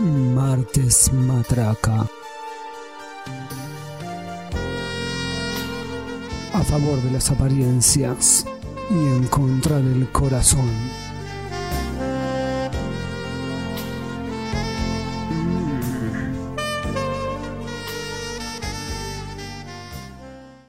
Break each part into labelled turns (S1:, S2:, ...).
S1: Martes Matraca. A favor de las apariencias y en contra del corazón.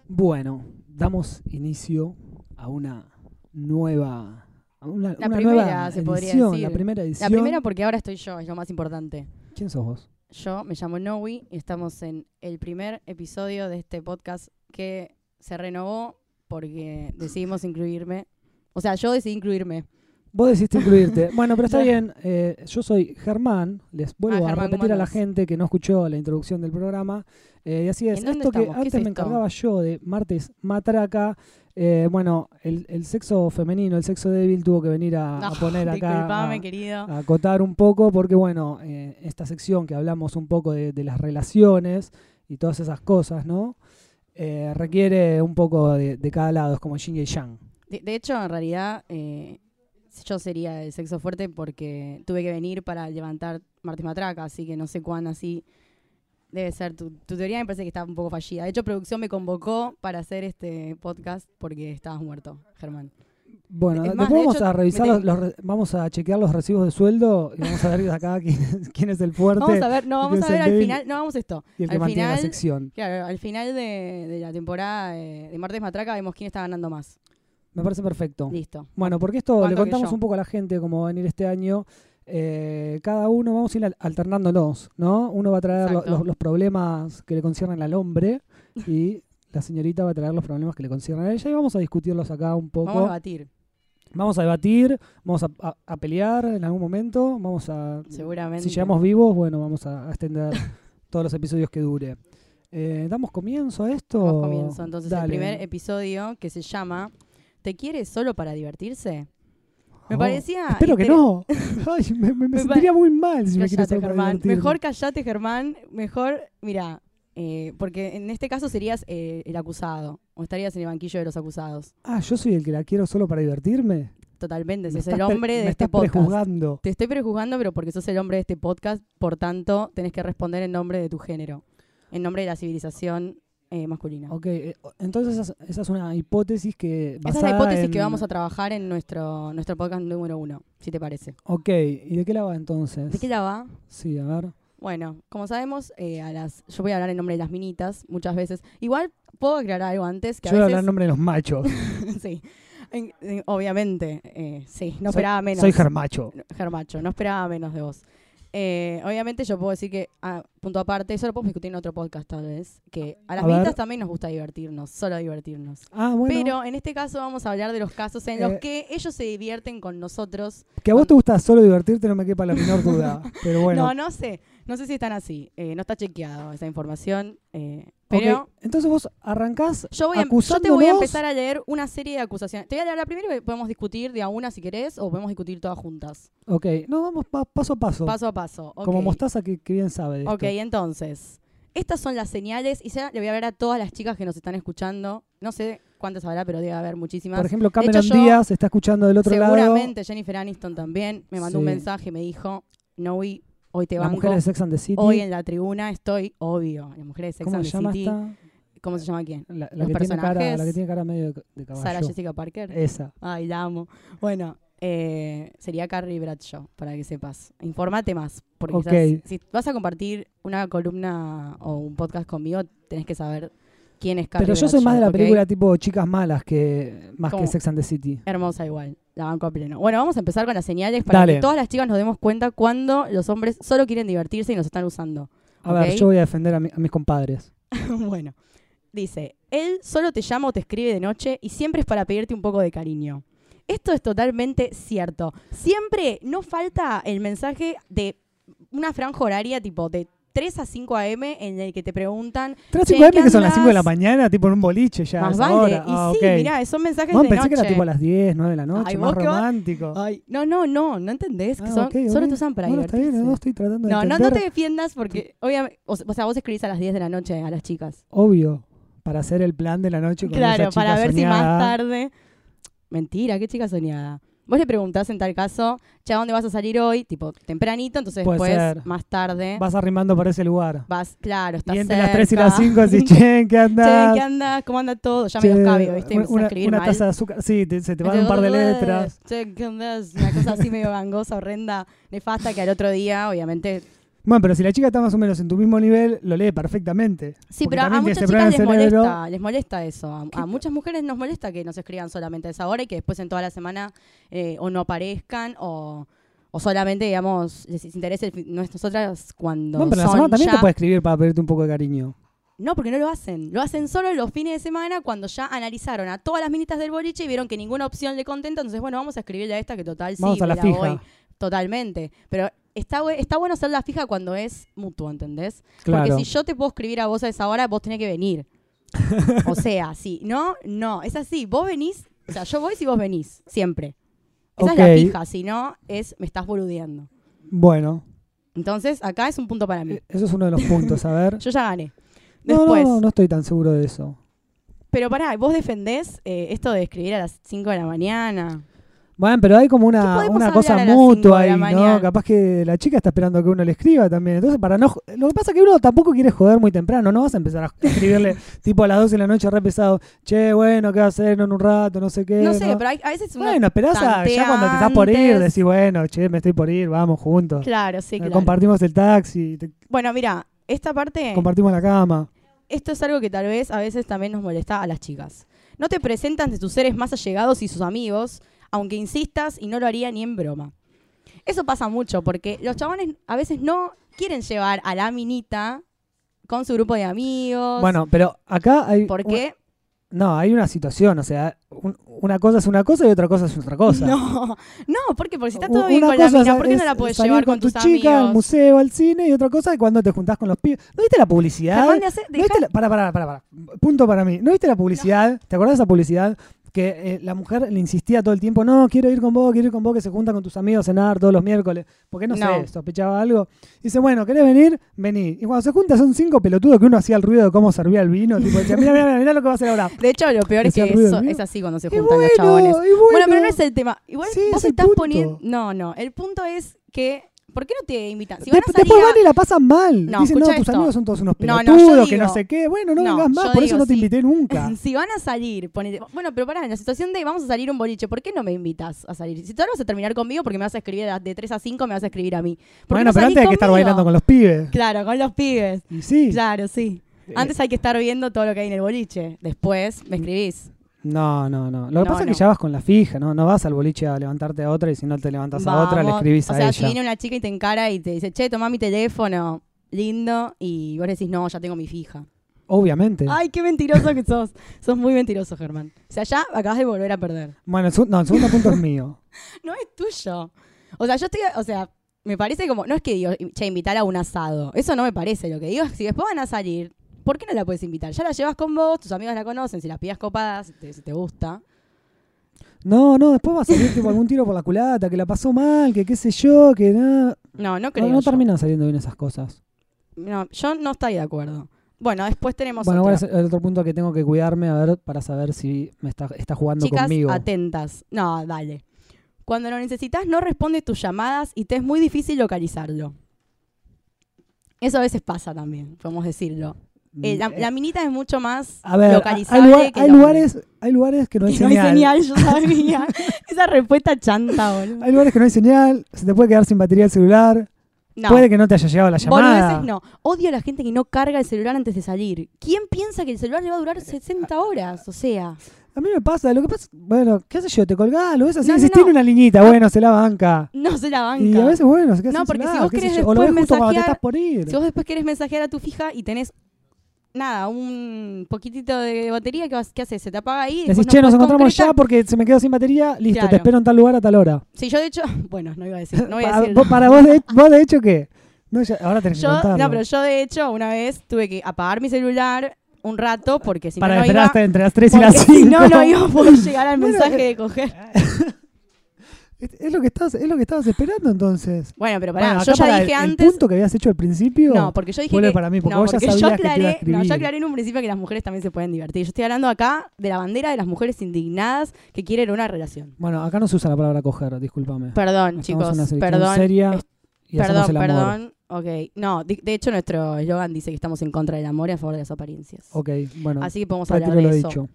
S1: Bueno, damos inicio a una nueva. a una,
S2: La
S1: una
S2: primera,
S1: nueva
S2: se podría
S1: edición,
S2: decir.
S1: La primera edición.
S2: La primera porque ahora estoy yo, es lo más importante.
S1: ¿Quién sos vos?
S2: Yo me llamo Nowi y estamos en el primer episodio de este podcast que se renovó porque decidimos incluirme. O sea, yo decidí incluirme.
S1: Vos decidiste incluirte. Bueno, pero está
S2: Ya.
S1: bien. eh, yo soy Germán. Les vuelvo
S2: Ah,
S1: a
S2: Germán,
S1: repetir
S2: ¿cómo
S1: a la
S2: andás?
S1: gente que no escuchó la introducción del programa. Eh, y así es.
S2: ¿En dónde
S1: Esto que
S2: estamos? ¿Qué
S1: antes
S2: es
S1: me
S2: esto?
S1: encargaba yo de martes matraca. eh, bueno, el, el sexo femenino, el sexo débil tuvo que venir a, a
S2: No,
S1: poner acá.
S2: Ah,
S1: ah.
S2: Disculpame,
S1: a-
S2: querido.
S1: a acotar un poco, porque bueno, eh, esta sección que hablamos un poco de, de las relaciones y todas esas cosas, ¿no? Eh, requiere un poco de, de cada lado, es como yin y yang.
S2: De, de hecho, en realidad, eh, yo sería el sexo fuerte porque tuve que venir para levantar Martín Matraca, así que no sé cuán así debe ser. Tu, tu teoría me parece que está un poco fallida. De hecho, producción me convocó para hacer este podcast porque estabas muerto, Germán.
S1: Bueno,
S2: Es
S1: después
S2: más, de
S1: vamos
S2: hecho,
S1: a revisar
S2: me
S1: los,
S2: te-
S1: los re- vamos a chequear los recibos de sueldo y vamos a ver de acá quién es, quién es el fuerte
S2: Vamos a ver, no, vamos a
S1: Entonces,
S2: ver al
S1: débil.
S2: final, no, vamos a esto.
S1: y el que
S2: al
S1: mantiene la
S2: final-
S1: sección.
S2: Claro, al final de, de la temporada eh, de Martes Matraca vemos quién está ganando más.
S1: Me parece perfecto.
S2: Listo.
S1: Bueno, porque esto le
S2: ¿Cuándo que
S1: contamos
S2: yo?
S1: un poco a la gente cómo va a venir este año. Eh, cada uno vamos a ir al- alternándonos, ¿no? Uno va a traer lo-
S2: Exacto.
S1: los, los problemas que le conciernen al hombre y la señorita va a traer los problemas que le conciernen a ella y vamos a discutirlos acá un poco.
S2: Vamos a batir,
S1: Vamos a debatir, vamos a, a- a pelear en algún momento, vamos a
S2: seguramente.
S1: Si llegamos vivos, bueno, vamos a a extender todos los episodios que dure. Eh, ¿Damos comienzo a esto?
S2: Damos comienzo. Entonces,
S1: Dale.
S2: el primer eh, episodio que se llama ¿Te quieres solo para divertirse? Me
S1: Oh,
S2: parecía.
S1: Espero que
S2: inter-
S1: no. Ay, me me- me
S2: Me
S1: sentiría muy mal si me quiero
S2: Cállate,
S1: solo para
S2: Germán.
S1: divertirme.
S2: Mejor callate, Germán. Mejor, mira, eh, porque en este caso serías eh, el acusado o estarías en el banquillo de los acusados.
S1: Ah, yo soy el que la quiero solo para divertirme.
S2: Totalmente,
S1: Me
S2: sos
S1: estás
S2: el
S1: pre-
S2: hombre
S1: me
S2: de
S1: estás
S2: este podcast.
S1: prejuzgando.
S2: Te estoy prejuzgando, pero porque sos el hombre de este podcast, por tanto, tenés que responder en nombre de tu género, en nombre de la civilización eh, masculina.
S1: Ok, eh, o- entonces esa es, esa es una hipótesis que.
S2: Esa es la
S1: basada
S2: hipótesis
S1: en-
S2: que vamos a trabajar en nuestro, nuestro podcast número uno, si te parece.
S1: Ok, ¿y de qué la va entonces?
S2: ¿De qué la va?
S1: Sí, a ver.
S2: Bueno, como sabemos, eh, a las, yo voy a hablar en nombre de las minitas muchas veces. Igual puedo aclarar algo antes, que
S1: Yo voy a
S2: a
S1: hablar en
S2: veces...
S1: nombre de los machos.
S2: sí, En- en- obviamente, eh, sí, no
S1: Soy-
S2: esperaba menos.
S1: Soy germacho.
S2: Germacho, no esperaba menos de vos. Eh, obviamente yo puedo decir que, ah, punto aparte, eso lo podemos discutir en otro podcast tal vez, que a las
S1: A
S2: minitas
S1: ver.
S2: también nos gusta divertirnos, solo divertirnos.
S1: Ah, bueno.
S2: Pero en este caso vamos a hablar de los casos en
S1: Eh.
S2: los que ellos se divierten con nosotros.
S1: que a vos te gusta solo divertirte, no me quepa la menor duda. Pero bueno.
S2: No, no sé, no sé si están así, eh, no está chequeado esa información, eh,
S1: Ok,
S2: pero...
S1: Entonces vos arrancás.
S2: Yo, voy a, yo te voy
S1: acusándonos.
S2: a empezar a leer una serie de acusaciones. Te voy a leer la primera y podemos discutir de a una si querés o podemos discutir todas juntas.
S1: Ok, no, vamos pa- paso a paso.
S2: Paso a paso. ok.
S1: Como mostaza que, que bien sabe. de
S2: Ok,
S1: esto.
S2: entonces. Estas son las señales y ya le voy a ver a todas las chicas que nos están escuchando. No sé cuántas habrá, pero debe haber muchísimas.
S1: Por ejemplo, Cameron
S2: hecho, yo-
S1: Díaz está escuchando del otro lado.
S2: Seguramente Jennifer Aniston también me mandó
S1: Sí.
S2: un mensaje, me dijo, Novi, hoy te
S1: Las
S2: banco.
S1: mujeres de Sex and the City.
S2: Hoy en la tribuna estoy, obvio, las mujeres de Sex
S1: ¿Cómo
S2: and
S1: se
S2: the
S1: llama
S2: City.
S1: esta?
S2: ¿Cómo se llama quién?
S1: La, la
S2: Los
S1: que tiene cara, la que
S2: personajes.
S1: tiene cara medio de, de caballo.
S2: Sara Jessica Parker.
S1: Esa.
S2: Ay, la amo. Bueno, eh, sería Carrie Bradshaw, para que sepas. Informate más, porque
S1: Ok.
S2: quizás si vas a compartir una columna o un podcast conmigo, tenés que saber quién es Carrie
S1: Pero yo soy
S2: Bradshaw,
S1: más de la
S2: ¿ok?
S1: película tipo Chicas Malas que más que
S2: ¿Cómo?
S1: Sex and the City.
S2: Hermosa igual, la banco a pleno. Bueno, vamos a empezar con las señales para
S1: Dale.
S2: que todas las chicas nos demos cuenta cuando los hombres solo quieren divertirse y nos están usando.
S1: A
S2: Ok.
S1: ver, yo voy a defender a, mi- a mis compadres.
S2: bueno, dice, él solo te llama o te escribe de noche y siempre es para pedirte un poco de cariño. Esto es totalmente cierto. Siempre no falta el mensaje de una franja horaria tipo de 3 a 5 a.m. en el que te preguntan,
S1: 3
S2: Che,
S1: 5
S2: ¿qué
S1: que son las
S2: andás?
S1: 5 de la mañana, tipo en un boliche ya. a
S2: más
S1: esa
S2: vale.
S1: hora.
S2: Y
S1: Ah,
S2: sí,
S1: ok.
S2: mirá, son mensajes
S1: Vos
S2: de
S1: pensé
S2: noche.
S1: que era tipo a las 10, 9 de la noche,
S2: Ay,
S1: más
S2: vos qué va-
S1: romántico.
S2: Ay, no, no, no, no entendés que
S1: Ah,
S2: son,
S1: ok,
S2: solo
S1: ok.
S2: te usan para
S1: Bueno, está
S2: divertirse.
S1: bien, no estoy tratando de
S2: no, no, no
S1: entender.
S2: te defiendas porque, obviamente, o se- o sea, vos escribís a las 10 de la noche a las chicas.
S1: Obvio, para hacer el plan de la noche con
S2: Claro,
S1: esa chica
S2: para ver si
S1: soñada.
S2: más tarde. Mentira, qué chica soñada. Vos le preguntás en tal caso, che, ¿a dónde vas a salir hoy? Tipo, tempranito, entonces
S1: Puede
S2: después,
S1: ser.
S2: más tarde, vas,
S1: Vas arrimando por ese lugar.
S2: claro, estás
S1: Y entre
S2: cerca.
S1: las 3 y las 5 decís, che, ¿qué
S2: Che,
S1: andás?
S2: ¿qué anda? ¿Cómo anda todo? Ya
S1: Che,
S2: medio cabio, ¿viste? Empezás a
S1: Una,
S2: escribir
S1: una
S2: mal.
S1: taza de azúcar. Sí, te- se te van un par de letras.
S2: Che, ¿qué onda? Es Una cosa así medio gangosa, horrenda, nefasta, que al otro día, obviamente...
S1: Bueno, pero si la chica está más o menos en tu mismo nivel, lo lee perfectamente.
S2: Sí,
S1: Porque
S2: pero a
S1: también
S2: muchas
S1: tiene ese
S2: chicas les
S1: problema en el cerebro.
S2: molesta, les molesta eso. A, a muchas mujeres nos molesta que nos escriban solamente a esa hora y que después en toda la semana eh, o no aparezcan o, o solamente, digamos, les interese el fi- no es nosotras cuando
S1: Bueno, pero la
S2: son
S1: semana también
S2: ya-
S1: te puede escribir para pedirte un poco de cariño.
S2: No, porque no lo hacen. Lo hacen solo los fines de semana cuando ya analizaron a todas las minitas del boliche y vieron que ninguna opción le contenta. Entonces, bueno, vamos a escribirle a esta que total
S1: Vamos
S2: sí,
S1: a la
S2: me
S1: fija.
S2: voy. Totalmente. Pero está, bue- está bueno hacer la fija cuando es mutuo, ¿entendés?
S1: Claro.
S2: Porque si yo te puedo escribir a vos a esa hora, vos tenés que venir. o sea, sí. No, no. Es así. Vos venís. O sea, yo voy si vos venís. Siempre. Esa
S1: Ok.
S2: es la fija. Si no, es me estás boludeando.
S1: Bueno,
S2: Entonces, acá es un punto para mí.
S1: eh, eso es uno de los puntos, a ver.
S2: Yo ya gané.
S1: No, no,
S2: Después.
S1: no, no estoy tan seguro de eso.
S2: Pero pará, vos defendés eh, esto de escribir a las 5 de la mañana.
S1: Bueno, pero hay como una,
S2: podemos
S1: una
S2: hablar
S1: cosa
S2: a las cinco
S1: mutua
S2: de
S1: ahí,
S2: la
S1: ¿no?
S2: mañana?
S1: Capaz que la chica está esperando que uno le escriba también. Entonces, para no. jo- Lo que pasa es que uno tampoco quiere joder muy temprano. No vas a empezar a escribirle tipo a las 12 de la noche re pesado. Che, bueno, ¿qué vas a hacer en un rato? Eh, No sé qué.
S2: No sé, pero hay- a veces uno...
S1: Bueno, esperás a, ya cuando te estás por ir,
S2: tanteantes.
S1: decís, bueno, che, me estoy por ir, vamos juntos.
S2: Claro, sí,
S1: Eh,
S2: claro.
S1: Compartimos el taxi, te-
S2: bueno, mira, esta parte,
S1: compartimos la cama.
S2: esto es algo que tal vez a veces también nos molesta a las chicas. No te presentan de tus seres más allegados y sus amigos, aunque insistas y no lo haría ni en broma. Eso pasa mucho porque los chabones a veces no quieren llevar a la minita con su grupo de amigos.
S1: Bueno, pero acá hay.
S2: ¿Por qué?
S1: un- no, hay una situación, o sea, un- una cosa es una cosa y otra cosa es otra cosa.
S2: No, no, porque, porque si está
S1: U-
S2: todo bien
S1: una
S2: con la
S1: cosa
S2: mina,
S1: es-
S2: ¿por qué no
S1: es
S2: la puedes
S1: salir
S2: llevar con, tus
S1: chica
S2: amigos?
S1: al museo, al cine y otra cosa es cuando te juntás con los pibes. ¿No viste la publicidad?
S2: Germán, de hacer-
S1: ¿No viste la- Pará, pará, pará, pará. Punto para mí. ¿No viste la publicidad? ¿Te acordás de esa publicidad? Que eh, la mujer le insistía todo el tiempo, no, quiero ir con vos, quiero ir con vos, que se junta con tus amigos a cenar todos los miércoles. Porque no, sé,
S2: No.
S1: sospechaba algo. Dice, bueno, ¿querés venir? Vení. Y cuando se junta son cinco pelotudos que uno hacía el ruido de cómo servía el vino. Tipo, decía, mira, mira, mira lo que va a hacer ahora.
S2: De hecho, lo peor es que
S1: Decía ruido,
S2: eso-
S1: ¿no?
S2: es así cuando se
S1: Y
S2: juntan los chabones.
S1: y bueno.
S2: Bueno, pero no es el tema. Igual
S1: Sí, es
S2: vos
S1: el
S2: estás
S1: punto.
S2: poniendo. No, no. El punto es que. ¿Por qué no te invitan? Si
S1: De-
S2: van a salir
S1: después
S2: a-
S1: van y la pasan mal.
S2: No,
S1: Dicen, no,
S2: escucha
S1: tus
S2: esto.
S1: amigos son todos unos
S2: No, no,
S1: pelotudos,
S2: yo
S1: que no
S2: digo-
S1: sé qué. Bueno, no,
S2: No,
S1: vengas más,
S2: yo
S1: por eso
S2: digo,
S1: no te
S2: sí.
S1: invité nunca.
S2: si van a salir, ponete- Bueno, pero pará, en la situación de vamos a salir un boliche, ¿por qué no me invitas a salir? Si tú ahora vas a terminar conmigo, porque me vas a escribir a las de 3 a 5, me vas a escribir a mí. ¿Por qué
S1: bueno,
S2: no
S1: pero
S2: salís
S1: antes hay que estar
S2: conmigo?
S1: bailando con los pibes.
S2: Claro, con los pibes.
S1: Y sí.
S2: Claro, sí.
S1: Eh,
S2: Antes hay que estar viendo todo lo que hay en el boliche. Después me escribís.
S1: No, no, no. Lo que
S2: No,
S1: pasa es que
S2: no.
S1: ya vas con la fija, ¿no? No vas al boliche a levantarte a otra y si no te levantas a otra, le
S2: Vamos.
S1: escribís
S2: o
S1: a
S2: sea, si
S1: ella.
S2: viene una chica y te encara y te dice, che, toma mi teléfono, lindo, y vos le decís, no, ya tengo mi fija.
S1: Obviamente.
S2: Ay, qué mentiroso que sos. sos muy mentiroso, Germán. O sea, ya acabas de volver a perder.
S1: Bueno, el, seg- no, el segundo punto es mío.
S2: No es tuyo. O sea, yo estoy, o sea, me parece como, no es que digo, che, invitar a un asado. Eso no me parece. Lo que digo es que si después van a salir, ¿por qué no la puedes invitar? Ya la llevas con vos, tus amigos la conocen, si las pidas copadas, si te, si te gusta.
S1: No, no, después va a salir tipo algún tiro por la culata, que la pasó mal, que qué sé yo, que nada.
S2: No, no creo.
S1: No, no
S2: yo.
S1: terminan saliendo bien esas cosas.
S2: No, yo no estoy de acuerdo. Bueno, después tenemos
S1: Bueno,
S2: otra.
S1: ahora es el otro punto que tengo que cuidarme a ver para saber si me está, está jugando
S2: Chicas,
S1: conmigo.
S2: atentas. No, dale. Cuando lo necesitas, no responde tus llamadas y te es muy difícil localizarlo. Eso a veces pasa también, podemos decirlo. Eh, la,
S1: Mm,
S2: la minita es mucho más
S1: A ver, hay,
S2: localizable.
S1: lugar-
S2: que
S1: hay
S2: el hombre.
S1: lugares, hay lugares que no hay
S2: Que no hay
S1: señal.
S2: señal, yo sabía. Esa respuesta chanta, boludo.
S1: Hay lugares que no hay señal, se te puede quedar sin batería el celular,
S2: No,
S1: puede que no te haya llegado la llamada.
S2: boludeces no. Odio a la gente que no carga el celular antes de salir. ¿Quién piensa que el celular le va a durar 60 horas? O sea,
S1: A mí me pasa, lo que pasa, bueno, qué sé yo, te colgás, lo ves así,
S2: No, no,
S1: decís, tiene
S2: no.
S1: una liñita, bueno, se la banca.
S2: no se la banca.
S1: Y a veces, bueno, se queda
S2: No,
S1: sin
S2: porque si
S1: celular,
S2: vos
S1: qué sé
S2: querés
S1: yo, o lo ves
S2: después
S1: justo cuando te
S2: mensajear-
S1: estás por ir.
S2: Si vos después querés mensajear a tu fija y tenés nada, un poquitito de batería, ¿qué, vas- qué haces? Se te apaga ahí.
S1: Decís,
S2: después no
S1: che, nos
S2: podés
S1: encontramos ya
S2: concretar".
S1: porque se me quedó sin batería, listo, te
S2: Claro.
S1: espero en tal lugar a tal hora.
S2: Sí, yo de hecho, bueno, no iba a decir, no voy
S1: Pa-
S2: a decir.
S1: vos- para vos, de, vos de hecho, ¿qué? No, ya- ahora tenés que
S2: Yo,
S1: contarlo.
S2: no, pero yo de hecho una vez tuve que apagar mi celular un rato porque si
S1: para
S2: no no
S1: esperar
S2: iba,
S1: hasta entre las 3 y
S2: porque
S1: las 5. eh,
S2: si no no iba a poder llegar al
S1: Bueno,
S2: mensaje de coger.
S1: Es, es lo que estabas, es lo que estabas esperando entonces.
S2: Bueno, pero pará,
S1: Bueno,
S2: yo
S1: acá
S2: ya
S1: para
S2: dije
S1: el, el
S2: antes.
S1: punto que habías hecho al principio.
S2: no, porque yo dije
S1: vuelve
S2: que,
S1: para mí, porque
S2: no,
S1: vos ya
S2: porque yo
S1: sabías que te iba a
S2: aclaré, no, yo
S1: escribir.
S2: aclaré en un principio que las mujeres también se pueden divertir. Yo estoy hablando acá de la bandera de las mujeres indignadas que quieren una relación.
S1: Bueno, acá no se usa la palabra coger, discúlpame.
S2: Perdón,
S1: Estamos en una
S2: chicos,
S1: selección
S2: perdón.
S1: seria
S2: es-
S1: y hacemos
S2: perdón,
S1: el amor.
S2: perdón. Ok, no, de, de hecho nuestro eslogan dice que estamos en contra del amor y a favor de las apariencias.
S1: Ok, bueno,
S2: Así que podemos hablar
S1: retiro lo
S2: de eso.
S1: dicho.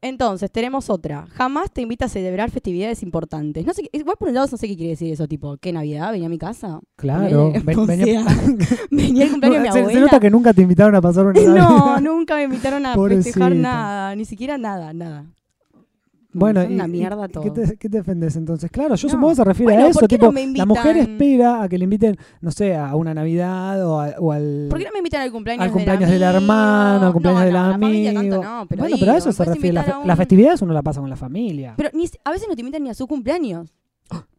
S2: Entonces, tenemos otra. Jamás te invita a celebrar festividades importantes. No sé, qué- igual por un lado no sé qué quiere decir eso, tipo, ¿qué Navidad? ¿Venía a mi casa?
S1: Claro.
S2: Eh,
S1: ven-
S2: o
S1: venía-
S2: sea, venía el cumpleaños de mi
S1: se,
S2: abuela.
S1: se nota que nunca te invitaron a pasar una
S2: No,
S1: Navidad.
S2: nunca me invitaron a
S1: Pobrecita.
S2: festejar nada, ni siquiera nada, nada.
S1: Bueno,
S2: Son
S1: y-
S2: una
S1: y-
S2: mierda
S1: ¿y
S2: todo.
S1: ¿qué, te, qué te defendés entonces? Claro, yo
S2: No.
S1: supongo que se refiere
S2: Bueno,
S1: a
S2: ¿por
S1: eso.
S2: qué
S1: Tipo,
S2: no me
S1: la mujer
S2: invitan?
S1: espera a que le inviten, no sé, a una Navidad o, a- o al.
S2: ¿Por qué no me invitan al cumpleaños,
S1: al cumpleaños del
S2: amigo?
S1: hermano, al cumpleaños
S2: no,
S1: del
S2: no, a la familia
S1: amigo.
S2: tanto no, pero
S1: bueno,
S2: digo,
S1: pero a eso
S2: me
S1: se
S2: puedes
S1: refiere. La
S2: invitar
S1: fe-
S2: a un-
S1: Las festividades uno la pasa con la familia.
S2: Pero ni, si- a veces no te invitan ni a su cumpleaños.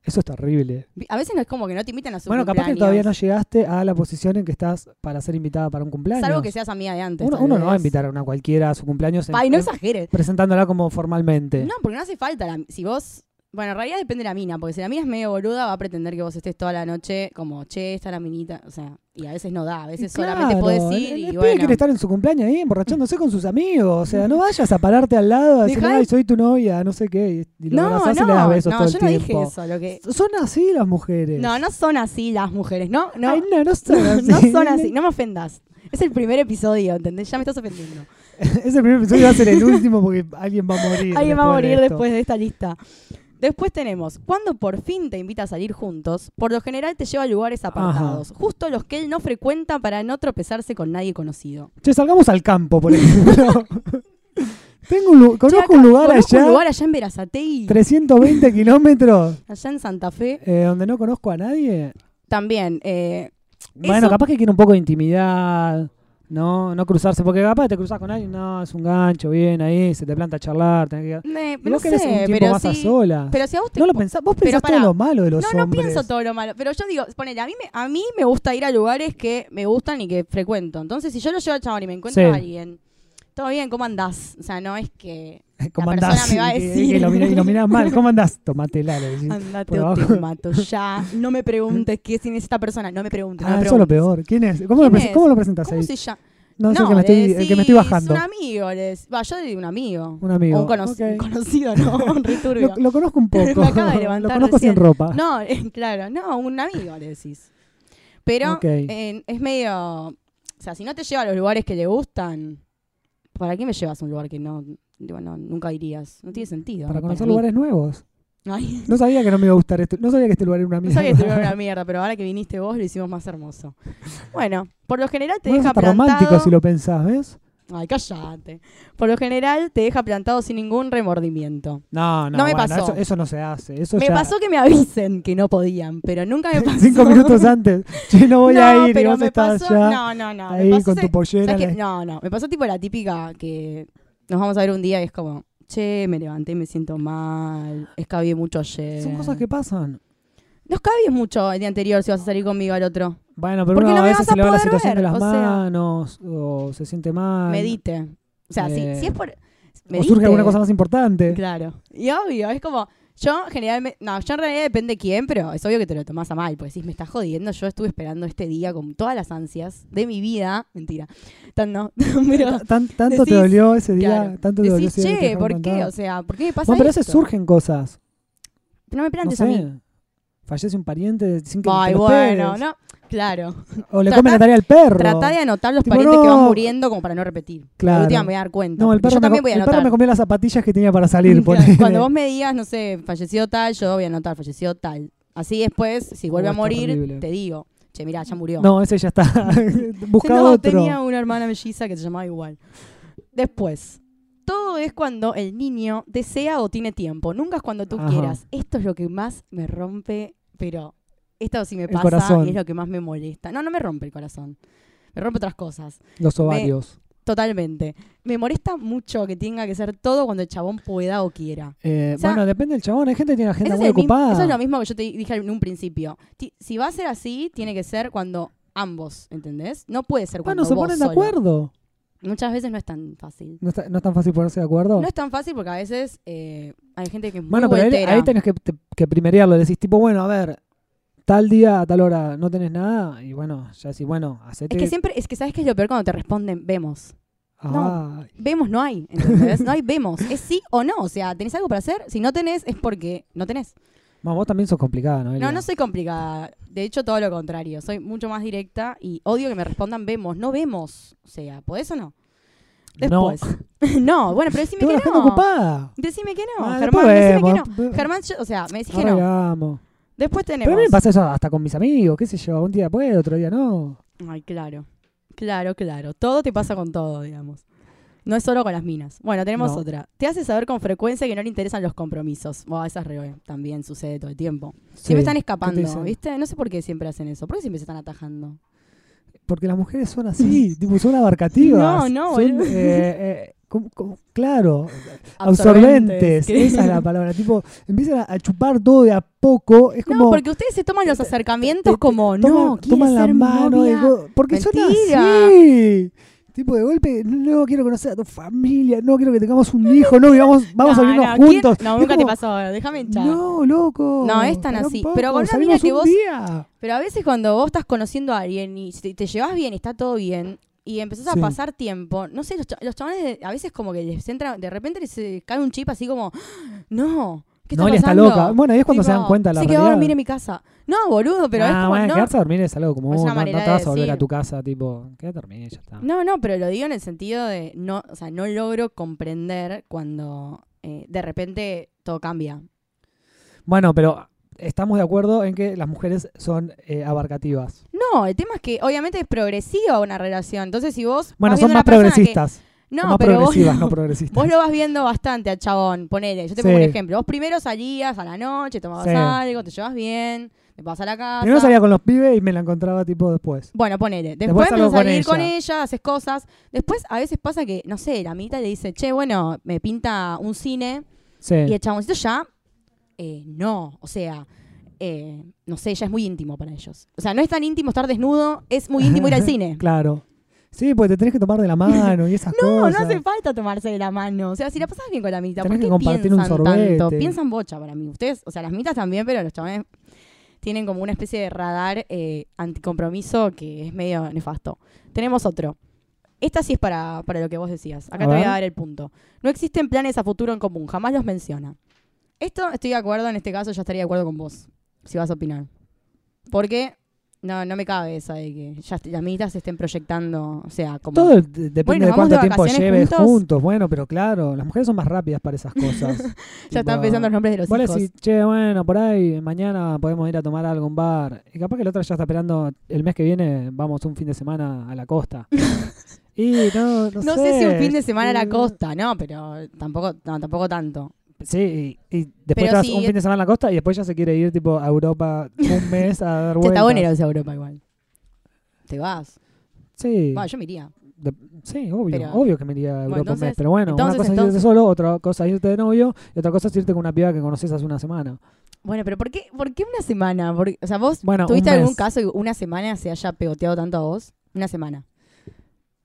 S1: Eso es terrible.
S2: Vi- A veces no es como que no te invitan a su
S1: Bueno, capaz
S2: cumpleaños.
S1: que todavía no llegaste a la posición en que estás para ser invitada para un cumpleaños.
S2: Salvo que seas amiga de antes.
S1: uno,
S2: tal
S1: uno no va a Eh,
S2: vez.
S1: invitar a una cualquiera a su cumpleaños en-
S2: Ay, no
S1: en-
S2: exageres.
S1: presentándola como formalmente.
S2: No, porque no hace falta. la- si vos. Bueno, en realidad depende de la mina, porque si la mina es medio boluda, va a pretender que vos estés toda la noche como, che, está la minita. O sea, y a veces no da, a veces solamente
S1: Claro,
S2: podés
S1: el-
S2: ir
S1: el
S2: y
S1: pibe
S2: bueno.
S1: quiere estar en su cumpleaños ahí emborrachándose con sus amigos. O sea, no vayas a pararte al lado a decir,
S2: Dejá de-
S1: ay, soy tu novia, no sé qué. Y, y lo
S2: No, no,
S1: abrazás y le das besos
S2: no,
S1: todo el
S2: yo no
S1: tiempo.
S2: dije eso. Lo que...
S1: Son así las mujeres.
S2: No, no son así las mujeres, no, no.
S1: Ay, no, no son
S2: No,
S1: así.
S2: no son así, no me ofendas. Es el primer episodio, ¿entendés? Ya me estás ofendiendo.
S1: es el primer episodio, va a ser el último porque alguien va a morir.
S2: Alguien va a
S1: después de
S2: morir
S1: esto.
S2: después de esta lista. Después tenemos, cuando por fin te invita a salir juntos, por lo general te lleva a lugares apartados, justo los que él no frecuenta para no tropezarse con nadie conocido.
S1: Che, salgamos al campo, por ejemplo. Tengo un lu- conozco
S2: Che, acá,
S1: un lugar
S2: conozco
S1: allá,
S2: un lugar allá en Berazategui,
S1: 320 kilómetros,
S2: allá en Santa Fe.
S1: eh, donde no conozco a nadie.
S2: También, eh,
S1: Bueno,
S2: Eso-
S1: capaz que quiere un poco de intimidad, ¿no? No cruzarse, porque capaz te cruzas con alguien, no, es un gancho, bien ahí, se te planta a charlar. Tenés que...
S2: me-
S1: Y
S2: no
S1: vos querés un
S2: sé,
S1: tiempo
S2: pero
S1: más a
S2: sí-
S1: solas.
S2: Pero si a vos te
S1: no lo pensás, vos
S2: pero
S1: pensás todo
S2: pará.
S1: lo malo de los
S2: no,
S1: hombres.
S2: no pienso todo lo malo. Pero yo digo, ponele, a mí, me, a mí me gusta ir a lugares que me gustan y que frecuento. Entonces, si yo lo llevo al chabón y me encuentro
S1: Sí.
S2: a alguien, todo bien, ¿cómo andás? O sea, no es que
S1: Eh, ¿Cómo
S2: La
S1: andás?
S2: persona me va a
S1: Y que-
S2: decir.
S1: y que lo mirás- y lo mirás mal, ¿cómo andás? Tomatela, le decís.
S2: andate
S1: Mm, por
S2: o te
S1: abajo.
S2: mato ya. No me preguntes qué es quién es esta persona. No me preguntes. no
S1: Ah,
S2: me
S1: eso es lo
S2: preguntes.
S1: peor. ¿Quién es? ¿Cómo, lo,
S2: ¿Quién
S1: presen-
S2: es?
S1: ¿cómo lo presentás
S2: ¿Cómo
S1: ahí?
S2: se llama?
S1: No, es el que, me
S2: le
S1: estoy, el que me estoy
S2: decís
S1: bajando.
S2: Un amigo, le decís- va, yo le digo un amigo.
S1: Un amigo.
S2: O un cono-
S1: ok.
S2: conocido, ¿no? Un returbio.
S1: Lo, lo conozco un
S2: Me
S1: poco.
S2: acaba de
S1: lo
S2: levantar
S1: conozco sin
S2: recién.
S1: ropa.
S2: No, eh, claro, no, un amigo le decís. Pero
S1: Ok.
S2: eh, es medio. O sea, si no te lleva a los lugares que le gustan, ¿para qué me llevas a un lugar que no. digo, no, nunca irías? No tiene sentido.
S1: para
S2: ¿no?
S1: conocer
S2: mí.
S1: lugares nuevos.
S2: Ay,
S1: No sabía que no me iba a gustar esto. No sabía que este lugar era una
S2: no
S1: mierda.
S2: sabía que estuviera una mierda, pero ahora que viniste vos lo hicimos más hermoso. Bueno, por lo general este te
S1: Bueno,
S2: deja
S1: está
S2: plantado.
S1: romántico si lo pensás, ¿ves?
S2: Ay, cállate. Por lo general te deja plantado sin ningún remordimiento.
S1: No,
S2: No me pasó.
S1: Eso, eso no se hace. Eso
S2: me
S1: ya-
S2: pasó que me avisen que no podían, pero nunca me pasó.
S1: Cinco minutos antes. Che, no voy
S2: No,
S1: a ir. y
S2: pero
S1: vos
S2: me
S1: estás
S2: pasó-
S1: allá
S2: No, no, no. me
S1: ahí
S2: pasó
S1: con
S2: ese-
S1: tu pollera.
S2: ¿Sabes
S1: en
S2: qué?
S1: la-
S2: No, no, me pasó tipo la típica que nos vamos a ver un día y es como, che, me levanté, me siento mal, escabié mucho ayer.
S1: Son cosas que pasan.
S2: No escabies mucho el día anterior si vas a salir conmigo al otro.
S1: Bueno, pero
S2: Porque
S1: uno a
S2: no me
S1: veces
S2: vas a
S1: se le va la
S2: poder
S1: situación de
S2: ver,
S1: las
S2: o sea.
S1: manos o se siente mal.
S2: Medite. O sea, si-
S1: Eh,
S2: si, es por...
S1: O surge
S2: medite.
S1: alguna cosa más importante.
S2: Claro. Y obvio, es como, yo generalmente, no, yo en realidad depende quién, pero es obvio que te lo tomás a mal, porque decís, me estás jodiendo, yo estuve esperando este día con todas las ansias de mi vida. Mentira. Tan no, pero...
S1: Tan- tanto te
S2: decís-
S1: dolió ese día.
S2: Claro.
S1: Tanto te dolió
S2: Decís,
S1: ese día. que te
S2: che,
S1: dejaron
S2: ¿por qué?
S1: plantado.
S2: O sea, ¿por qué me pasa
S1: Bueno, pero a
S2: esto?
S1: veces surgen cosas.
S2: No me plantes
S1: no
S2: a
S1: sé.
S2: mí.
S1: Fallece un pariente sin que
S2: Ay,
S1: te lo
S2: bueno,
S1: esperes.
S2: no. Claro.
S1: O le
S2: Tratá-
S1: comen la tarea al perro.
S2: Tratá de anotar los
S1: Tipo,
S2: parientes que van
S1: no.
S2: muriendo como para no repetir.
S1: Claro.
S2: La última me voy a dar cuenta.
S1: No, el perro,
S2: porque yo
S1: me,
S2: también
S1: co-
S2: voy a
S1: el perro
S2: anotar.
S1: me comió las zapatillas que tenía para salir.
S2: Claro,
S1: ponele.
S2: Cuando vos me digas, no sé, falleció tal, yo voy a anotar, falleció tal. Así después, si vuelve
S1: Oh,
S2: a
S1: está
S2: morir,
S1: horrible.
S2: te digo, che, mirá, ya murió.
S1: No, ese ya está. Buscá
S2: No,
S1: otro.
S2: tenía una hermana melliza que se llamaba igual. Después, todo es cuando el niño desea o tiene tiempo. Nunca es cuando tú
S1: Ajá.
S2: quieras. Esto es lo que más me rompe, pero esto sí me
S1: El
S2: pasa
S1: corazón.
S2: y es lo que más me molesta. No, no me rompe el corazón. Me rompe otras cosas.
S1: Los ovarios.
S2: Totalmente. Me molesta mucho que tenga que ser todo cuando el chabón pueda o quiera.
S1: Eh,
S2: O sea,
S1: bueno, depende del chabón. Hay gente que tiene la agenda
S2: Ese
S1: muy
S2: es el mismo-
S1: ocupada. Ah,
S2: eso es lo mismo que yo te dije en un principio. Ti- Si va a ser así, tiene que ser cuando ambos, ¿entendés? No puede ser
S1: bueno,
S2: cuando
S1: Ah, se
S2: vos
S1: ponen de
S2: solo.
S1: acuerdo.
S2: Muchas veces no es tan fácil.
S1: No, está- no es tan fácil ponerse de acuerdo.
S2: No es tan fácil porque a veces eh, hay gente que es
S1: Bueno,
S2: muy
S1: pero ahí,
S2: vueltera.
S1: ahí tenés que, te- que primerearlo. Decís, tipo, bueno, a ver, tal día, a tal hora no tenés nada. Y bueno, ya decís, bueno, hacete.
S2: Es que siempre, es que sabes que es lo peor cuando te responden, vemos. no.
S1: Ay,
S2: Vemos no hay, ¿entendés? No hay vemos. Es sí o no. O sea, ¿tenés algo para hacer? Si no tenés, es porque no tenés.
S1: ma, vos también sos complicada, ¿no?
S2: No, no soy complicada. De hecho, todo lo contrario. Soy mucho más directa y odio que me respondan vemos. No vemos. O sea, ¿podés o no?
S1: No.
S2: Después. No, bueno, pero decime
S1: Tengo la
S2: que
S1: agenda
S2: no.
S1: ocupada.
S2: Decime que no,
S1: Ah,
S2: Germán,
S1: después
S2: decime que
S1: vemos.
S2: no.
S1: Pe-
S2: Germán, yo- o sea, me decís que
S1: ahora
S2: no.
S1: hagamos.
S2: Después
S1: Pero
S2: tenemos.
S1: a mí me pasa eso hasta con mis amigos, qué sé yo, un día puede, otro día no.
S2: Ay, claro. Claro, claro. Todo te pasa con todo, digamos. No es solo con las minas. Bueno, tenemos
S1: No.
S2: otra. Te hace saber con frecuencia que no le interesan los compromisos. Buah, esa es re buena. También sucede todo el tiempo. Siempre
S1: Sí.
S2: están
S1: ¿Qué te
S2: escapando,
S1: dicen?
S2: ¿viste? No sé por qué siempre hacen eso. ¿Por qué siempre se están atajando?
S1: Porque las mujeres son así, tipo, son abarcativas.
S2: No, no,
S1: son,
S2: boludo.
S1: eh, eh, como- como- claro, absorbentes,
S2: ¿qué?
S1: esa es la palabra. Tipo, empiezan a- a chupar todo de a poco, es como...
S2: No, porque ustedes se toman los acercamientos como, no,
S1: toman,
S2: quiere
S1: toman la
S2: ser
S1: mano, de
S2: novia.
S1: go- porque son
S2: Mentira.
S1: así. Tipo de golpe, no quiero conocer a tu familia, no quiero que tengamos un hijo, no, y vamos, vamos
S2: No,
S1: a vivirnos
S2: no, ¿quién-
S1: juntos.
S2: No,
S1: Es
S2: nunca te
S1: como,
S2: pasó, déjame hinchar.
S1: No, loco.
S2: No, es tan
S1: pará un
S2: así.
S1: poco,
S2: Pero con una mina
S1: salimos
S2: que
S1: un
S2: vos-
S1: día.
S2: Pero a veces cuando vos estás conociendo a alguien y te, te llevas bien, está todo bien, y empezás a
S1: Sí.
S2: pasar tiempo, no sé, los, cha- los chavales de- a veces como que les entra, de repente les eh, cae un chip así como, "Ah, no, ¿qué está
S1: No, ella está
S2: pasando?".
S1: loca. Bueno, ahí es cuando se dan
S2: Tipo,
S1: cuenta la
S2: Se quedó a
S1: realidad.
S2: dormir en mi casa. No, boludo, pero
S1: Ah,
S2: es como,
S1: bueno,
S2: no,
S1: quedarse a dormir es algo como,
S2: Es una
S1: "Uh, no, no
S2: manera
S1: te
S2: de
S1: vas a volver a
S2: decir.
S1: tu casa, tipo, quédate a dormir, y ya está.
S2: No, no, pero lo digo en el sentido de no, o sea, no logro comprender cuando eh, de repente todo cambia.
S1: Bueno, pero estamos de acuerdo en que las mujeres son eh, abarcativas.
S2: No, el tema es que obviamente es progresiva una relación. Entonces, si vos
S1: Bueno,
S2: vas
S1: son
S2: viendo
S1: más
S2: una persona que-
S1: progresistas. o
S2: no,
S1: más
S2: pero vos,
S1: progresivas,
S2: no-
S1: no progresistas.
S2: vos lo vas viendo bastante al chabón, ponele. Yo te pongo
S1: Sí.
S2: un ejemplo. Vos primero salías a la noche, tomabas
S1: Sí.
S2: algo, te llevas bien, te vas a la casa.
S1: Primero salía con los pibes y me la encontraba, tipo, después.
S2: Bueno, ponele.
S1: Después
S2: Después,
S1: salgo
S2: empezás a
S1: con
S2: salir
S1: ella.
S2: con ella, haces cosas. Después a veces pasa que, no sé, la mitad le dice, che, bueno, me pinta un cine. Y
S1: Sí.
S2: el chaboncito ya, eh, no, o sea, eh, no sé, ya es muy íntimo para ellos. O sea, no es tan íntimo estar desnudo, es muy íntimo ir al cine.
S1: Claro. Sí, pues te tenés que tomar de la mano y esas
S2: No,
S1: cosas.
S2: no hace falta tomarse de la mano. O sea, si la pasás bien con la amiguita,
S1: Tenés
S2: ¿por
S1: que
S2: qué
S1: compartir un
S2: piensan
S1: sorbete.
S2: tanto? Piensan bocha para mí. Ustedes, o sea, las mitas también, pero los chavales tienen como una especie de radar eh, anticompromiso que es medio nefasto. Tenemos otro. Esta sí es para, para lo que vos decías. Acá
S1: A
S2: te voy
S1: ver.
S2: a dar el punto. No existen planes a futuro en común, jamás los menciona. Esto estoy de acuerdo, en este caso yo estaría de acuerdo con vos, si vas a opinar. Porque no, no me cabe esa de que ya est- las mitas se estén proyectando, o sea, como...
S1: Todo d- depende
S2: Bueno,
S1: de
S2: ¿nos vamos
S1: cuánto
S2: de
S1: tiempo
S2: vacaciones
S1: lleves juntos?
S2: juntos?
S1: Bueno, pero claro, las mujeres son más rápidas para esas cosas.
S2: Ya están
S1: Tipo,
S2: pensando los nombres de los
S1: Vos le
S2: hijos.
S1: decís, che, bueno, por ahí mañana podemos ir a tomar algo a un bar. Y capaz que la otra ya está esperando el mes que viene, vamos un fin de semana a la costa. y no, no,
S2: No sé si un fin de semana a
S1: Eh,
S2: la costa, no, pero tampoco, no, tampoco tanto.
S1: Sí, y, y
S2: Pero
S1: después te vas
S2: si-
S1: un fin de semana a la costa y después ya se quiere ir tipo a Europa un mes a dar
S2: Te
S1: vueltas.
S2: está bueno irse a Europa igual. Te vas.
S1: Sí,
S2: Va, yo me iría.
S1: de- sí, obvio,
S2: Pero-
S1: obvio que me iría a Europa un
S2: Bueno,
S1: mes.
S2: entonces-
S1: Pero bueno,
S2: entonces,
S1: una cosa es irte
S2: entonces-
S1: solo, otra cosa es irte de novio y otra cosa es irte con una piba que conoces hace una semana.
S2: Bueno, pero ¿por qué, por qué una semana? Por- o sea, vos
S1: Bueno,
S2: tuviste
S1: un mes.
S2: algún caso y una semana se haya pegoteado tanto a vos. Una semana.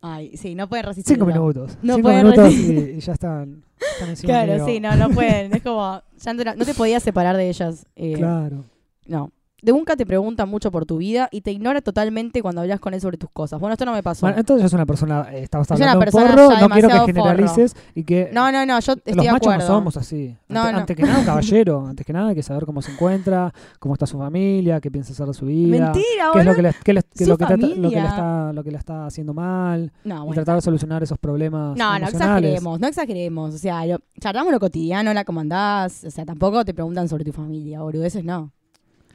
S2: Ay, sí, no pueden resistir.
S1: Cinco minutos.
S2: No
S1: cinco
S2: pueden
S1: minutos y, y ya están, están encima mío.
S2: Claro, sí, no, no pueden. Es como, ya no, era- no te podías separar de ellas. eh,
S1: Claro.
S2: No. De nunca te pregunta mucho por tu vida y te ignora totalmente cuando hablas con él sobre tus cosas. Bueno, esto no me pasó.
S1: Bueno, entonces ya es una persona, eh, estamos
S2: Es
S1: hablando
S2: una
S1: de un
S2: persona
S1: porro, no
S2: ya
S1: quiero que
S2: demasiado forro.
S1: generalices y que
S2: no, no, no, yo estoy
S1: los
S2: de
S1: machos no
S2: acuerdo.
S1: somos así.
S2: No,
S1: antes,
S2: no.
S1: antes que nada, un caballero, antes que nada hay que saber cómo se encuentra, cómo está su familia, qué piensa hacer de su vida.
S2: Mentira,
S1: qué es lo
S2: boludo.
S1: que, le, qué le- qué
S2: Su
S1: lo que trata- lo que le
S2: familia.
S1: está lo que le está haciendo mal
S2: No,
S1: y
S2: bueno.
S1: tratar de solucionar esos problemas
S2: No, no
S1: emocionales.
S2: exageremos, no exageremos. O sea, lo- charlamos lo cotidiano, la cómo andás. O sea, tampoco te preguntan sobre tu familia, boludeces no.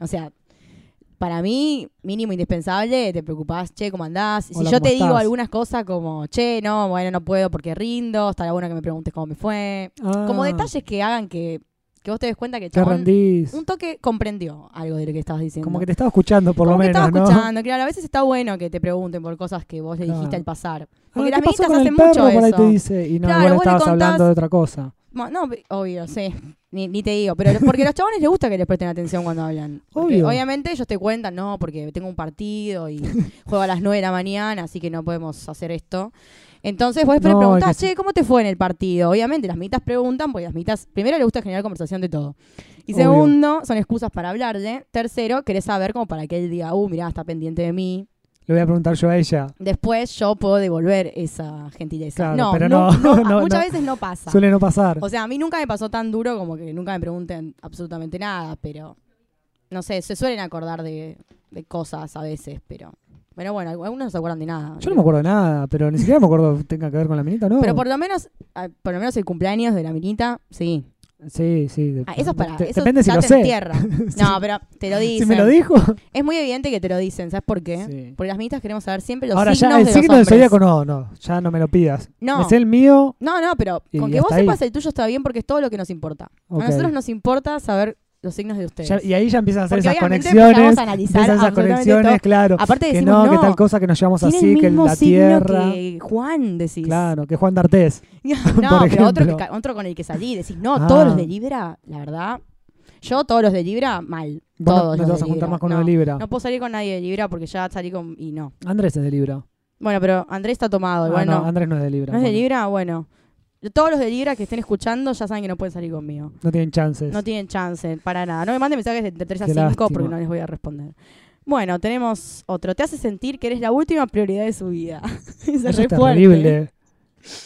S2: O sea, para mí, mínimo indispensable, te preocupás, che, cómo andás. Y Si
S1: Hola,
S2: yo
S1: ¿cómo
S2: te digo
S1: estás?
S2: algunas cosas como, che, no, bueno, no puedo porque rindo, estaría bueno que me preguntes cómo me fue.
S1: Ah,
S2: Como detalles que hagan que, que vos te des cuenta que el
S1: te
S2: chabón
S1: rendís.
S2: un toque comprendió algo de lo que estabas diciendo.
S1: Como que te estaba escuchando por
S2: Como
S1: lo
S2: que
S1: menos,
S2: estaba
S1: ¿no?
S2: escuchando, claro, a veces está bueno que te pregunten por cosas que vos le
S1: Claro.
S2: dijiste al pasar.
S1: Ah, ¿qué
S2: Porque las
S1: pasó
S2: amiguitas
S1: con el
S2: hacen mucho
S1: perro? Por ahí te
S2: eso.
S1: dice y no,
S2: Claro,
S1: vos le
S2: vos le
S1: estabas
S2: contás-
S1: hablando de otra cosa.
S2: Mo- No, pe- obvio, sí. Ni, ni te digo, pero porque a los chabones les gusta que les presten atención cuando hablan. Porque
S1: Obvio.
S2: Obviamente ellos te cuentan, no, porque tengo un partido y juego a las 9 de la mañana, así que no podemos hacer esto. Entonces vos después
S1: No,
S2: le
S1: es
S2: preguntás,
S1: que sí.
S2: che, ¿cómo te fue en el partido? Obviamente las mitad preguntan, porque las mitad, primero le gusta generar conversación de todo. Y
S1: Obvio.
S2: segundo, son excusas para hablarle. Tercero, querés saber como para que él diga, uh, mirá, está pendiente de mí.
S1: Le voy a preguntar yo a ella.
S2: Después yo puedo devolver esa gentileza.
S1: Claro,
S2: no,
S1: pero
S2: no,
S1: no,
S2: no,
S1: no,
S2: muchas
S1: no.
S2: veces no pasa.
S1: Suele no pasar.
S2: O sea, a mí nunca me pasó tan duro como que nunca me pregunten absolutamente nada, pero no sé, se suelen acordar de, de cosas a veces, pero pero bueno, algu- algunos no se acuerdan de nada.
S1: Yo no me acuerdo nada, pero ni siquiera me acuerdo que tenga que ver con la minita, ¿no?
S2: Pero por lo menos ah, por lo menos el cumpleaños de la minita, sí.
S1: Sí, sí. de-
S2: Ah, eso es para
S1: de-
S2: eso
S1: depende si
S2: ya
S1: lo
S2: te
S1: sé.
S2: entierra. No, pero te lo dicen.
S1: Si me lo dijo.
S2: Es muy evidente que te lo dicen, ¿sabes por qué?
S1: Sí.
S2: Porque las minitas queremos saber siempre los
S1: Ahora
S2: signos
S1: ya el
S2: de
S1: signo
S2: los
S1: del
S2: hombres.
S1: zodíaco no, no, ya no me lo pidas.
S2: No.
S1: Me sé el mío.
S2: No, no, pero
S1: Y
S2: con que vos
S1: hasta ahí.
S2: sepas el tuyo está bien porque es todo lo que nos importa.
S1: ok.
S2: A nosotros nos importa saber los signos de ustedes.
S1: Ya- y ahí ya empiezan a hacer
S2: Porque
S1: esas
S2: obviamente
S1: conexiones.
S2: empezamos a analizar
S1: Empiezan esas
S2: absolutamente
S1: conexiones,
S2: todo.
S1: claro.
S2: Aparte
S1: Que
S2: decimos,
S1: no,
S2: no,
S1: que tal cosa, que nos llevamos
S2: tiene
S1: así,
S2: el
S1: que
S2: mismo
S1: la
S2: signo
S1: tierra.
S2: que Juan, decís.
S1: Claro, que Juan D'Artés.
S2: no,
S1: Por
S2: pero otro, que
S1: ejemplo.
S2: ca- otro con el que salí, decís, no,
S1: Ah.
S2: todos los de Libra, la verdad. Yo, todos los de Libra, mal.
S1: Vos no- no
S2: todos los
S1: te vas
S2: de
S1: a juntar
S2: Libra.
S1: más con
S2: no,
S1: uno de Libra.
S2: No puedo salir con nadie de Libra porque ya salí con. y no.
S1: Andrés es de Libra.
S2: Bueno, pero Andrés está tomado,
S1: Ah,
S2: igual
S1: no,
S2: no.
S1: Andrés no es de Libra.
S2: ¿No es de
S1: bueno.
S2: Libra? Bueno. Todos los de Libra que estén escuchando ya saben que no pueden salir conmigo.
S1: No tienen chances.
S2: No tienen chance, para nada. No me manden mensajes de, de 3 a
S1: Qué
S2: 5
S1: lástima.
S2: porque no les voy a responder. Bueno, tenemos otro. Te hace sentir que eres la última prioridad de su vida. Ese
S1: Eso
S2: re
S1: es
S2: fuerte.
S1: terrible.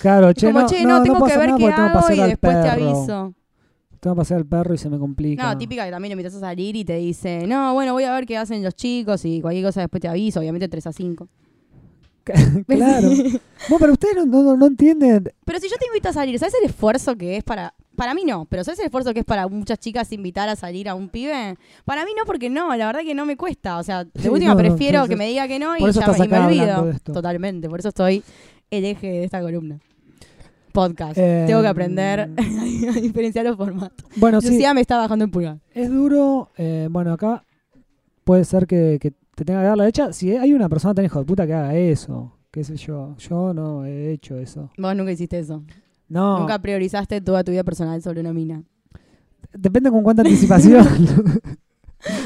S1: Claro,
S2: Es
S1: che,
S2: como,
S1: no,
S2: che, no, tengo que
S1: pasa
S2: ver
S1: nada
S2: qué
S1: porque tengo que
S2: hago
S1: pasear
S2: y
S1: al
S2: después te
S1: perro.
S2: aviso.
S1: Tengo que pasear al perro y se me complica.
S2: No, típica que también lo invitas a salir y te dice, no, bueno, voy a ver qué hacen los chicos y cualquier cosa después te aviso. Obviamente 3 a 5.
S1: claro. Vos, pero ustedes no, no, no- no entienden.
S2: Pero si yo te invito a salir, ¿sabes el esfuerzo que es para.? Para mí no, pero ¿sabes el esfuerzo que es para muchas chicas invitar a salir a un pibe? Para mí no, porque no, la verdad que no me cuesta. O sea,
S1: Sí,
S2: de última
S1: no, no,
S2: prefiero
S1: por eso-
S2: que me diga que no y
S1: por eso
S2: ya
S1: estás
S2: me, y me
S1: acá hablando
S2: olvido.
S1: de esto.
S2: Totalmente, por eso estoy el eje de esta columna. Podcast.
S1: Eh,
S2: Tengo que aprender a diferenciar los formatos.
S1: Bueno, Eh. sí,
S2: Lucía me está bajando en pulgar.
S1: es duro. eh, bueno, acá puede ser que, que te tenga que dar la derecha. Si hay una persona tan hijo de puta que haga eso, qué sé yo. Yo no he hecho eso.
S2: Vos nunca hiciste eso.
S1: No,
S2: Nunca priorizaste toda tu vida personal sobre una mina.
S1: depende con cuánta anticipación.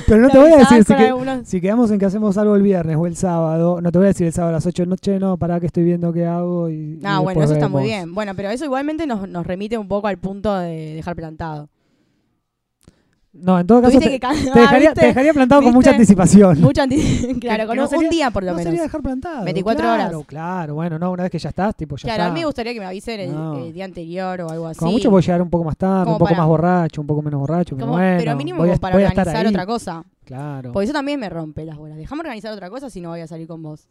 S1: pero no te voy a
S2: avisabas
S1: decir si,
S2: con
S1: que-
S2: algunos-
S1: si quedamos en que hacemos algo el viernes o el sábado. No te voy a decir el sábado a las 8 de noche, no, pará que estoy viendo qué hago. Y,
S2: Ah,
S1: y
S2: bueno,
S1: después
S2: eso está
S1: vemos.
S2: muy bien. Bueno, pero eso igualmente nos, nos remite un poco al punto de dejar plantado.
S1: No, en todo caso,
S2: Tuviste
S1: te,
S2: que ca-
S1: te dejaría,
S2: ah,
S1: te
S2: ¿viste?
S1: dejaría plantado con
S2: ¿Viste?
S1: mucha anticipación.
S2: Mucho anti- Claro,
S1: que
S2: con
S1: no
S2: un,
S1: sería-
S2: un día por lo
S1: no
S2: menos.
S1: sería dejar plantado.
S2: 24
S1: claro,
S2: horas.
S1: Claro, bueno, no, una vez que ya estás, tipo, ya
S2: Claro,
S1: está.
S2: a mí me gustaría que me avisen el,
S1: No.
S2: el día anterior o algo así.
S1: Como mucho voy a llegar un poco más tarde,
S2: Como
S1: un poco
S2: para-
S1: más borracho, un poco menos borracho, pero
S2: Como-
S1: bueno.
S2: pero mínimo
S1: voy a,
S2: como para
S1: voy a estar
S2: organizar
S1: ahí.
S2: otra cosa.
S1: Claro,
S2: Porque eso también me rompe las bolas. Dejame organizar otra cosa si no voy a salir con vos.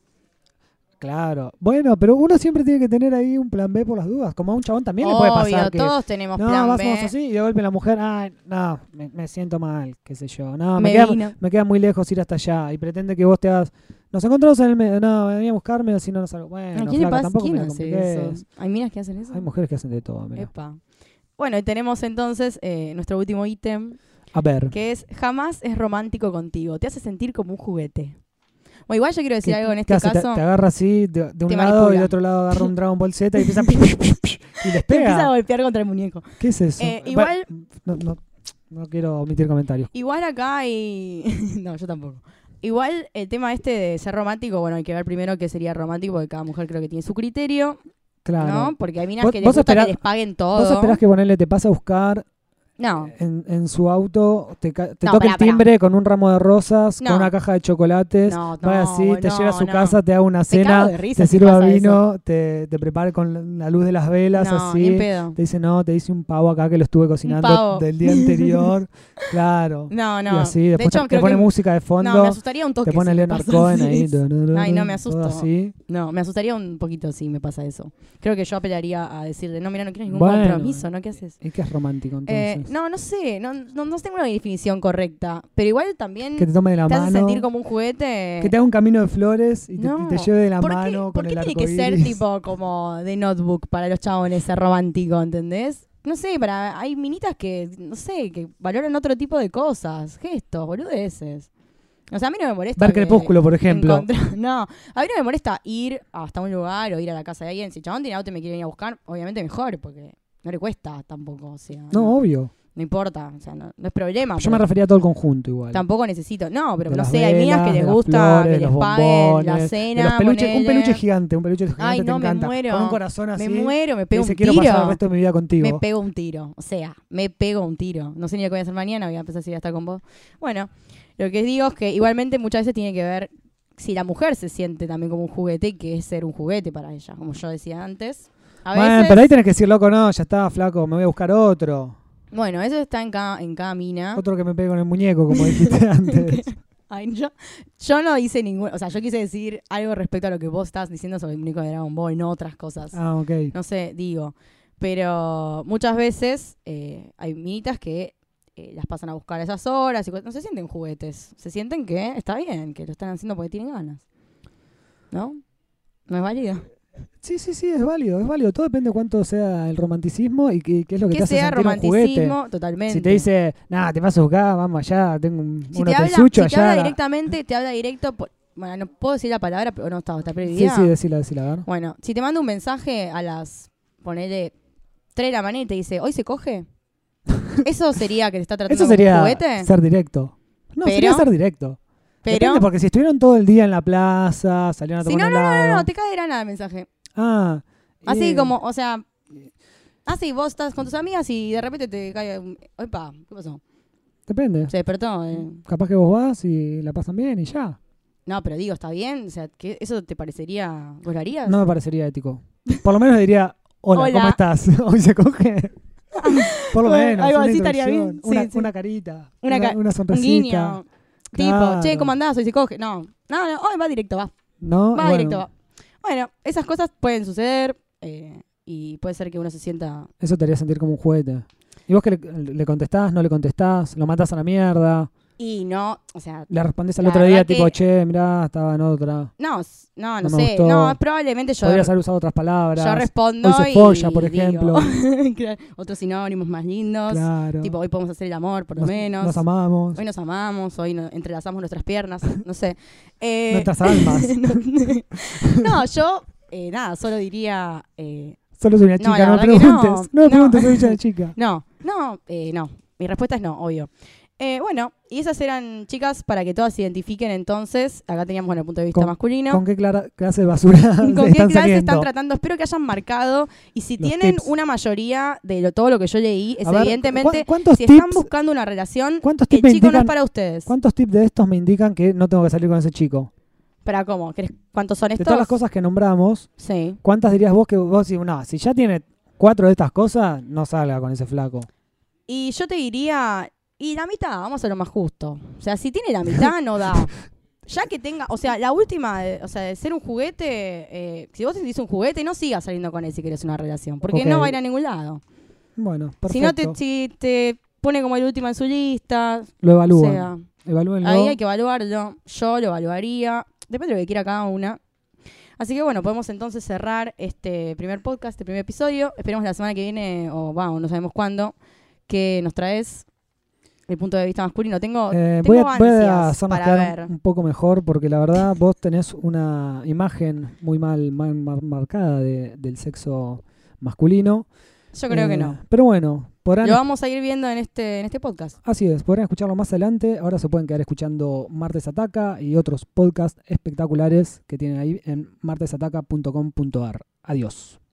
S1: claro. Bueno, pero uno siempre tiene que tener ahí un plan B por las dudas. Como a un chabón también le puede pasar
S2: Obvio,
S1: que...
S2: todos tenemos
S1: No,
S2: plan
S1: vas,
S2: B.
S1: vamos así y de golpe la mujer, ay, no, me, me siento mal, qué sé yo. No, me,
S2: Me
S1: queda,
S2: vino.
S1: me queda muy lejos ir hasta allá y pretende que vos te hagas... Nos encontramos en el medio, no, vení a buscarme o si no nos salgo. Bueno,
S2: ¿A quién le
S1: flaca,
S2: pasa?
S1: tampoco
S2: ¿Quién
S1: me la
S2: hace
S1: compliques.
S2: eso? Eh, ¿Hay minas que hacen eso?
S1: Hay mujeres que hacen de todo, mira.
S2: Epa. Bueno, y tenemos entonces eh, nuestro último ítem.
S1: A ver,
S2: que es jamás es romántico contigo, te hace sentir como un juguete. O igual yo quiero decir
S1: ¿qué-
S2: algo en
S1: qué
S2: este
S1: hace? Te-
S2: caso,
S1: Te, agarra así de, de un lado y
S2: Te manipula.
S1: de otro lado agarra un Dragon Ball Z y empieza a- y les
S2: te empieza a
S1: pega.
S2: golpear contra el muñeco.
S1: ¿Qué es eso?
S2: Eh,
S1: Va-
S2: igual-
S1: no, no, no quiero omitir comentarios.
S2: Igual acá hay... no, yo tampoco. Igual el tema este de ser romántico, bueno, hay que ver primero qué sería romántico, porque cada mujer creo que tiene su criterio,
S1: Claro.
S2: ¿no? Porque hay minas
S1: Vos-
S2: que les
S1: vos
S2: gusta
S1: esperá-
S2: que les paguen
S1: ¿Vos
S2: todo.
S1: esperás que ponele te pasa a buscar
S2: No,
S1: en, en su auto, te, ca- te
S2: No,
S1: toca
S2: pará,
S1: el timbre con un ramo de rosas,
S2: No.
S1: con una caja de chocolates?
S2: no, no.
S1: Vaya así, te
S2: no,
S1: lleva a su
S2: no.
S1: casa, te haga una
S2: Me cago
S1: cena,
S2: de risa
S1: te
S2: si
S1: sirva
S2: pasa eso.
S1: vino, te, te prepara con la luz de las velas,
S2: No,
S1: así.
S2: ni en pedo.
S1: Te dice, no, te hice un pavo acá que lo estuve cocinando
S2: pavo.
S1: del día anterior. claro.
S2: No,
S1: Y
S2: no.
S1: así,
S2: de
S1: después
S2: hecho,
S1: te, te
S2: creo
S1: pone
S2: que-
S1: música de fondo,
S2: No, me asustaría un toque.
S1: te pone
S2: si me
S1: Leonard
S2: pasa
S1: Cohen
S2: así.
S1: ahí. tu, tu, tu,
S2: Ay, no, me
S1: todo
S2: asusto.
S1: así.
S2: No, me asustaría un poquito si me pasa eso. Creo que yo apelaría a decirle, no, mira, no quiero ningún
S1: Bueno.
S2: compromiso, ¿no? ¿Qué haces?
S1: Es que es romántico
S2: Eh,
S1: entonces.
S2: no, no sé, no, no, no tengo una definición correcta, pero igual también
S1: que te
S2: te,
S1: tome de la
S2: hace
S1: mano,
S2: sentir como un juguete.
S1: que te haga un camino de flores y te,
S2: No.
S1: y te lleve de la
S2: ¿Por qué,
S1: mano con
S2: por qué
S1: el
S2: tiene
S1: arco
S2: que ser
S1: iris.
S2: tipo como de notebook para los chabones ser romántico, ¿entendés? No sé, para hay minitas que, no sé, que valoran otro tipo de cosas, gestos, boludeces. O sea, a mí no me molesta.
S1: Ver
S2: que-
S1: Crepúsculo, por ejemplo.
S2: Encontrar- No, a mí no me molesta ir hasta un lugar o ir a la casa de alguien. Si el chabón tiene auto y me quiere venir a buscar, obviamente mejor, porque no le cuesta tampoco. O sea,
S1: No, obvio.
S2: No importa, o sea, no, no es problema.
S1: Yo me
S2: pero
S1: refería a todo el conjunto igual.
S2: Tampoco necesito. No, pero
S1: De
S2: no
S1: las
S2: sé, hay
S1: velas,
S2: minas que les
S1: de las
S2: gusta
S1: flores, de
S2: que les
S1: los
S2: paguen la
S1: bombones, de
S2: cena.
S1: los peluches, un
S2: ponele.
S1: peluche gigante, un peluche gigante
S2: Ay,
S1: te
S2: no, me
S1: encanta.
S2: muero.
S1: Con un corazón así.
S2: Me muero, me
S1: te
S2: pego
S1: dice,
S2: un
S1: quiero pasar el
S2: tiro.
S1: resto de mi vida contigo.
S2: Me pego un tiro. O sea, me pego un tiro. No sé ni lo que voy a hacer mañana, voy a empezar si voy a estar con vos. Bueno, lo que digo es que igualmente muchas veces tiene que ver si la mujer se siente también como un juguete y que es ser un juguete para ella, como yo decía antes. A veces,
S1: Bueno, pero ahí tenés que decir, loco, no, ya está, flaco, me voy a buscar otro.
S2: bueno, eso está en cada, en cada mina.
S1: Otro que me pegue con el muñeco, como dijiste antes.
S2: Ay, yo, yo no hice ningún... O sea, yo quise decir algo respecto a lo que vos estás diciendo sobre el muñeco de Dragon Ball, no otras cosas.
S1: Ah, ok.
S2: no sé, digo. Pero muchas veces eh, hay minitas que eh, las pasan a buscar a esas horas y cosas. No se sienten juguetes. Se sienten que está bien, que lo están haciendo porque tienen ganas. ¿No? No es válido.
S1: Sí, sí, sí, es válido, es válido. Todo depende de cuánto sea el romanticismo y qué, qué es lo que,
S2: Que
S1: te hace
S2: sea
S1: sentir un juguete.
S2: romanticismo, totalmente.
S1: Si te dice, nada, te vas a buscar, vamos allá, tengo un,
S2: Si
S1: uno
S2: te habla,
S1: sucho
S2: si te
S1: allá.
S2: habla
S1: la-
S2: directamente, te habla directo. por- bueno, no puedo decir la palabra, pero no está, está
S1: Sí,
S2: prohibida.
S1: sí, decila, decila, a ver.
S2: Bueno, si te manda un mensaje a las, ponele, 3 de la mañana y te dice, ¿hoy se coge? ¿Eso sería que te está tratando
S1: Eso
S2: como un
S1: sería
S2: juguete?
S1: ser directo. No, sería
S2: Pero-
S1: ser directo.
S2: Pero,
S1: Depende, porque si estuvieron todo el día en la plaza, salieron a
S2: Si
S1: tomar
S2: no,
S1: un
S2: no, no,
S1: helado.
S2: no, no, te cae de la nada el mensaje.
S1: Ah.
S2: Así
S1: eh,
S2: como, o sea, así vos estás con tus amigas y de repente te cae un... Opa, ¿qué pasó?
S1: Depende.
S2: Se despertó. eh.
S1: Capaz que vos vas y la pasan bien y ya.
S2: No, pero digo, ¿está bien? O sea, ¿qué, ¿eso te parecería... ¿Vos lo harías?
S1: No me parecería ético. Por lo menos diría, hola, ¿cómo
S2: Hola.
S1: estás? Hoy se coge. Por lo
S2: Bueno,
S1: menos.
S2: algo
S1: una
S2: así estaría
S1: introducción,
S2: bien. Sí,
S1: Una,
S2: sí.
S1: una carita. Una,
S2: Una ca-
S1: una
S2: un
S1: sonrisita.
S2: guiño.
S1: Claro.
S2: Tipo, che, ¿cómo andás? Hoy se coge. No, no, no, hoy va directo, va.
S1: No,
S2: Va
S1: Oh, bueno,
S2: directo, va. Bueno, esas cosas pueden suceder eh, y puede ser que uno se sienta...
S1: Eso te haría sentir como un juguete. ¿Y vos que le, le contestás, no le contestás? ¿Lo mandás a la mierda?
S2: Y no, o sea,
S1: ¿Le respondés al
S2: La
S1: otro día
S2: verdad
S1: tipo,
S2: que-
S1: che, mirá, estaba en otra?
S2: no, s- no,
S1: No
S2: no,
S1: me
S2: sé.
S1: gustó.
S2: No, probablemente yo...
S1: Podrías haber usado otras palabras.
S2: Yo respondo.
S1: Hoy se
S2: y
S1: folla, por
S2: digo,
S1: ejemplo.
S2: claro, Otros sinónimos más lindos.
S1: claro.
S2: Tipo, hoy podemos hacer el amor, por lo
S1: nos,
S2: menos.
S1: Nos amamos.
S2: hoy nos amamos, hoy no- entrelazamos nuestras piernas, no sé. Eh,
S1: Nuestras almas.
S2: no, no, yo, eh, nada, solo diría. eh,
S1: Solo soy una
S2: No,
S1: chica,
S2: la
S1: no, me
S2: verdad que no.
S1: preguntes. No me
S2: No.
S1: preguntes, soy una chica.
S2: no, no, eh, no. Mi respuesta es no, obvio. Eh, bueno, y esas eran chicas para que todas se identifiquen entonces. Acá teníamos bueno, el punto de vista
S1: Con-
S2: masculino.
S1: ¿Con qué clara- clase de basura
S2: ¿Con
S1: se
S2: qué
S1: están
S2: clase
S1: saliendo?
S2: están tratando? Espero que hayan marcado. Y si
S1: Los
S2: tienen
S1: tips.
S2: una mayoría de lo- todo lo que yo leí, es
S1: A ver,
S2: evidentemente.
S1: ¿cu- ¿cuántos
S2: Si
S1: tips,
S2: están buscando una relación,
S1: cuántos
S2: el
S1: tips me
S2: chico no es
S1: indican,
S2: para ustedes.
S1: cuántos tips de estos me indican que no tengo que salir con ese chico?
S2: ¿Para cómo? ¿Querés- ¿Cuántos son
S1: De
S2: estos?
S1: todas las cosas que nombramos,
S2: Sí.
S1: ¿cuántas dirías vos que vos decís, no, si ya tiene cuatro de estas cosas, no salga con ese flaco?
S2: Y yo te diría, y la mitad, vamos a lo más justo. O sea, si tiene la mitad, no da. Ya que tenga, o sea, la última, de- o sea, de ser un juguete, eh, si vos te sentís un juguete, no sigas saliendo con él si querés una relación, porque
S1: Ok.
S2: no va a ir a ningún lado.
S1: Bueno, perfecto.
S2: Si no te, si te pone como el último en su lista,
S1: Lo
S2: o
S1: evalúan.
S2: sea,
S1: Evalúenlo.
S2: Ahí hay que evaluarlo. Yo lo evaluaría. Depende de lo que quiera cada una. Así que bueno, podemos entonces cerrar este primer podcast, este primer episodio. Esperemos la semana que viene, o vamos, no sabemos cuándo, que nos traes el punto de vista masculino. Tengo,
S1: Eh, voy
S2: tengo
S1: a, voy a
S2: ansias
S1: hacernos
S2: para
S1: quedar
S2: ver.
S1: un poco mejor porque la verdad vos tenés una imagen muy mal, mal mar- marcada de- del sexo masculino.
S2: Yo creo
S1: Eh,
S2: que no.
S1: Pero bueno, podrán
S2: Lo vamos a ir viendo en este, en este podcast.
S1: Así es, podrán escucharlo más adelante. Ahora se pueden quedar escuchando Martes Ataca y otros podcasts espectaculares que tienen ahí en martesataca.com.ar. Adiós.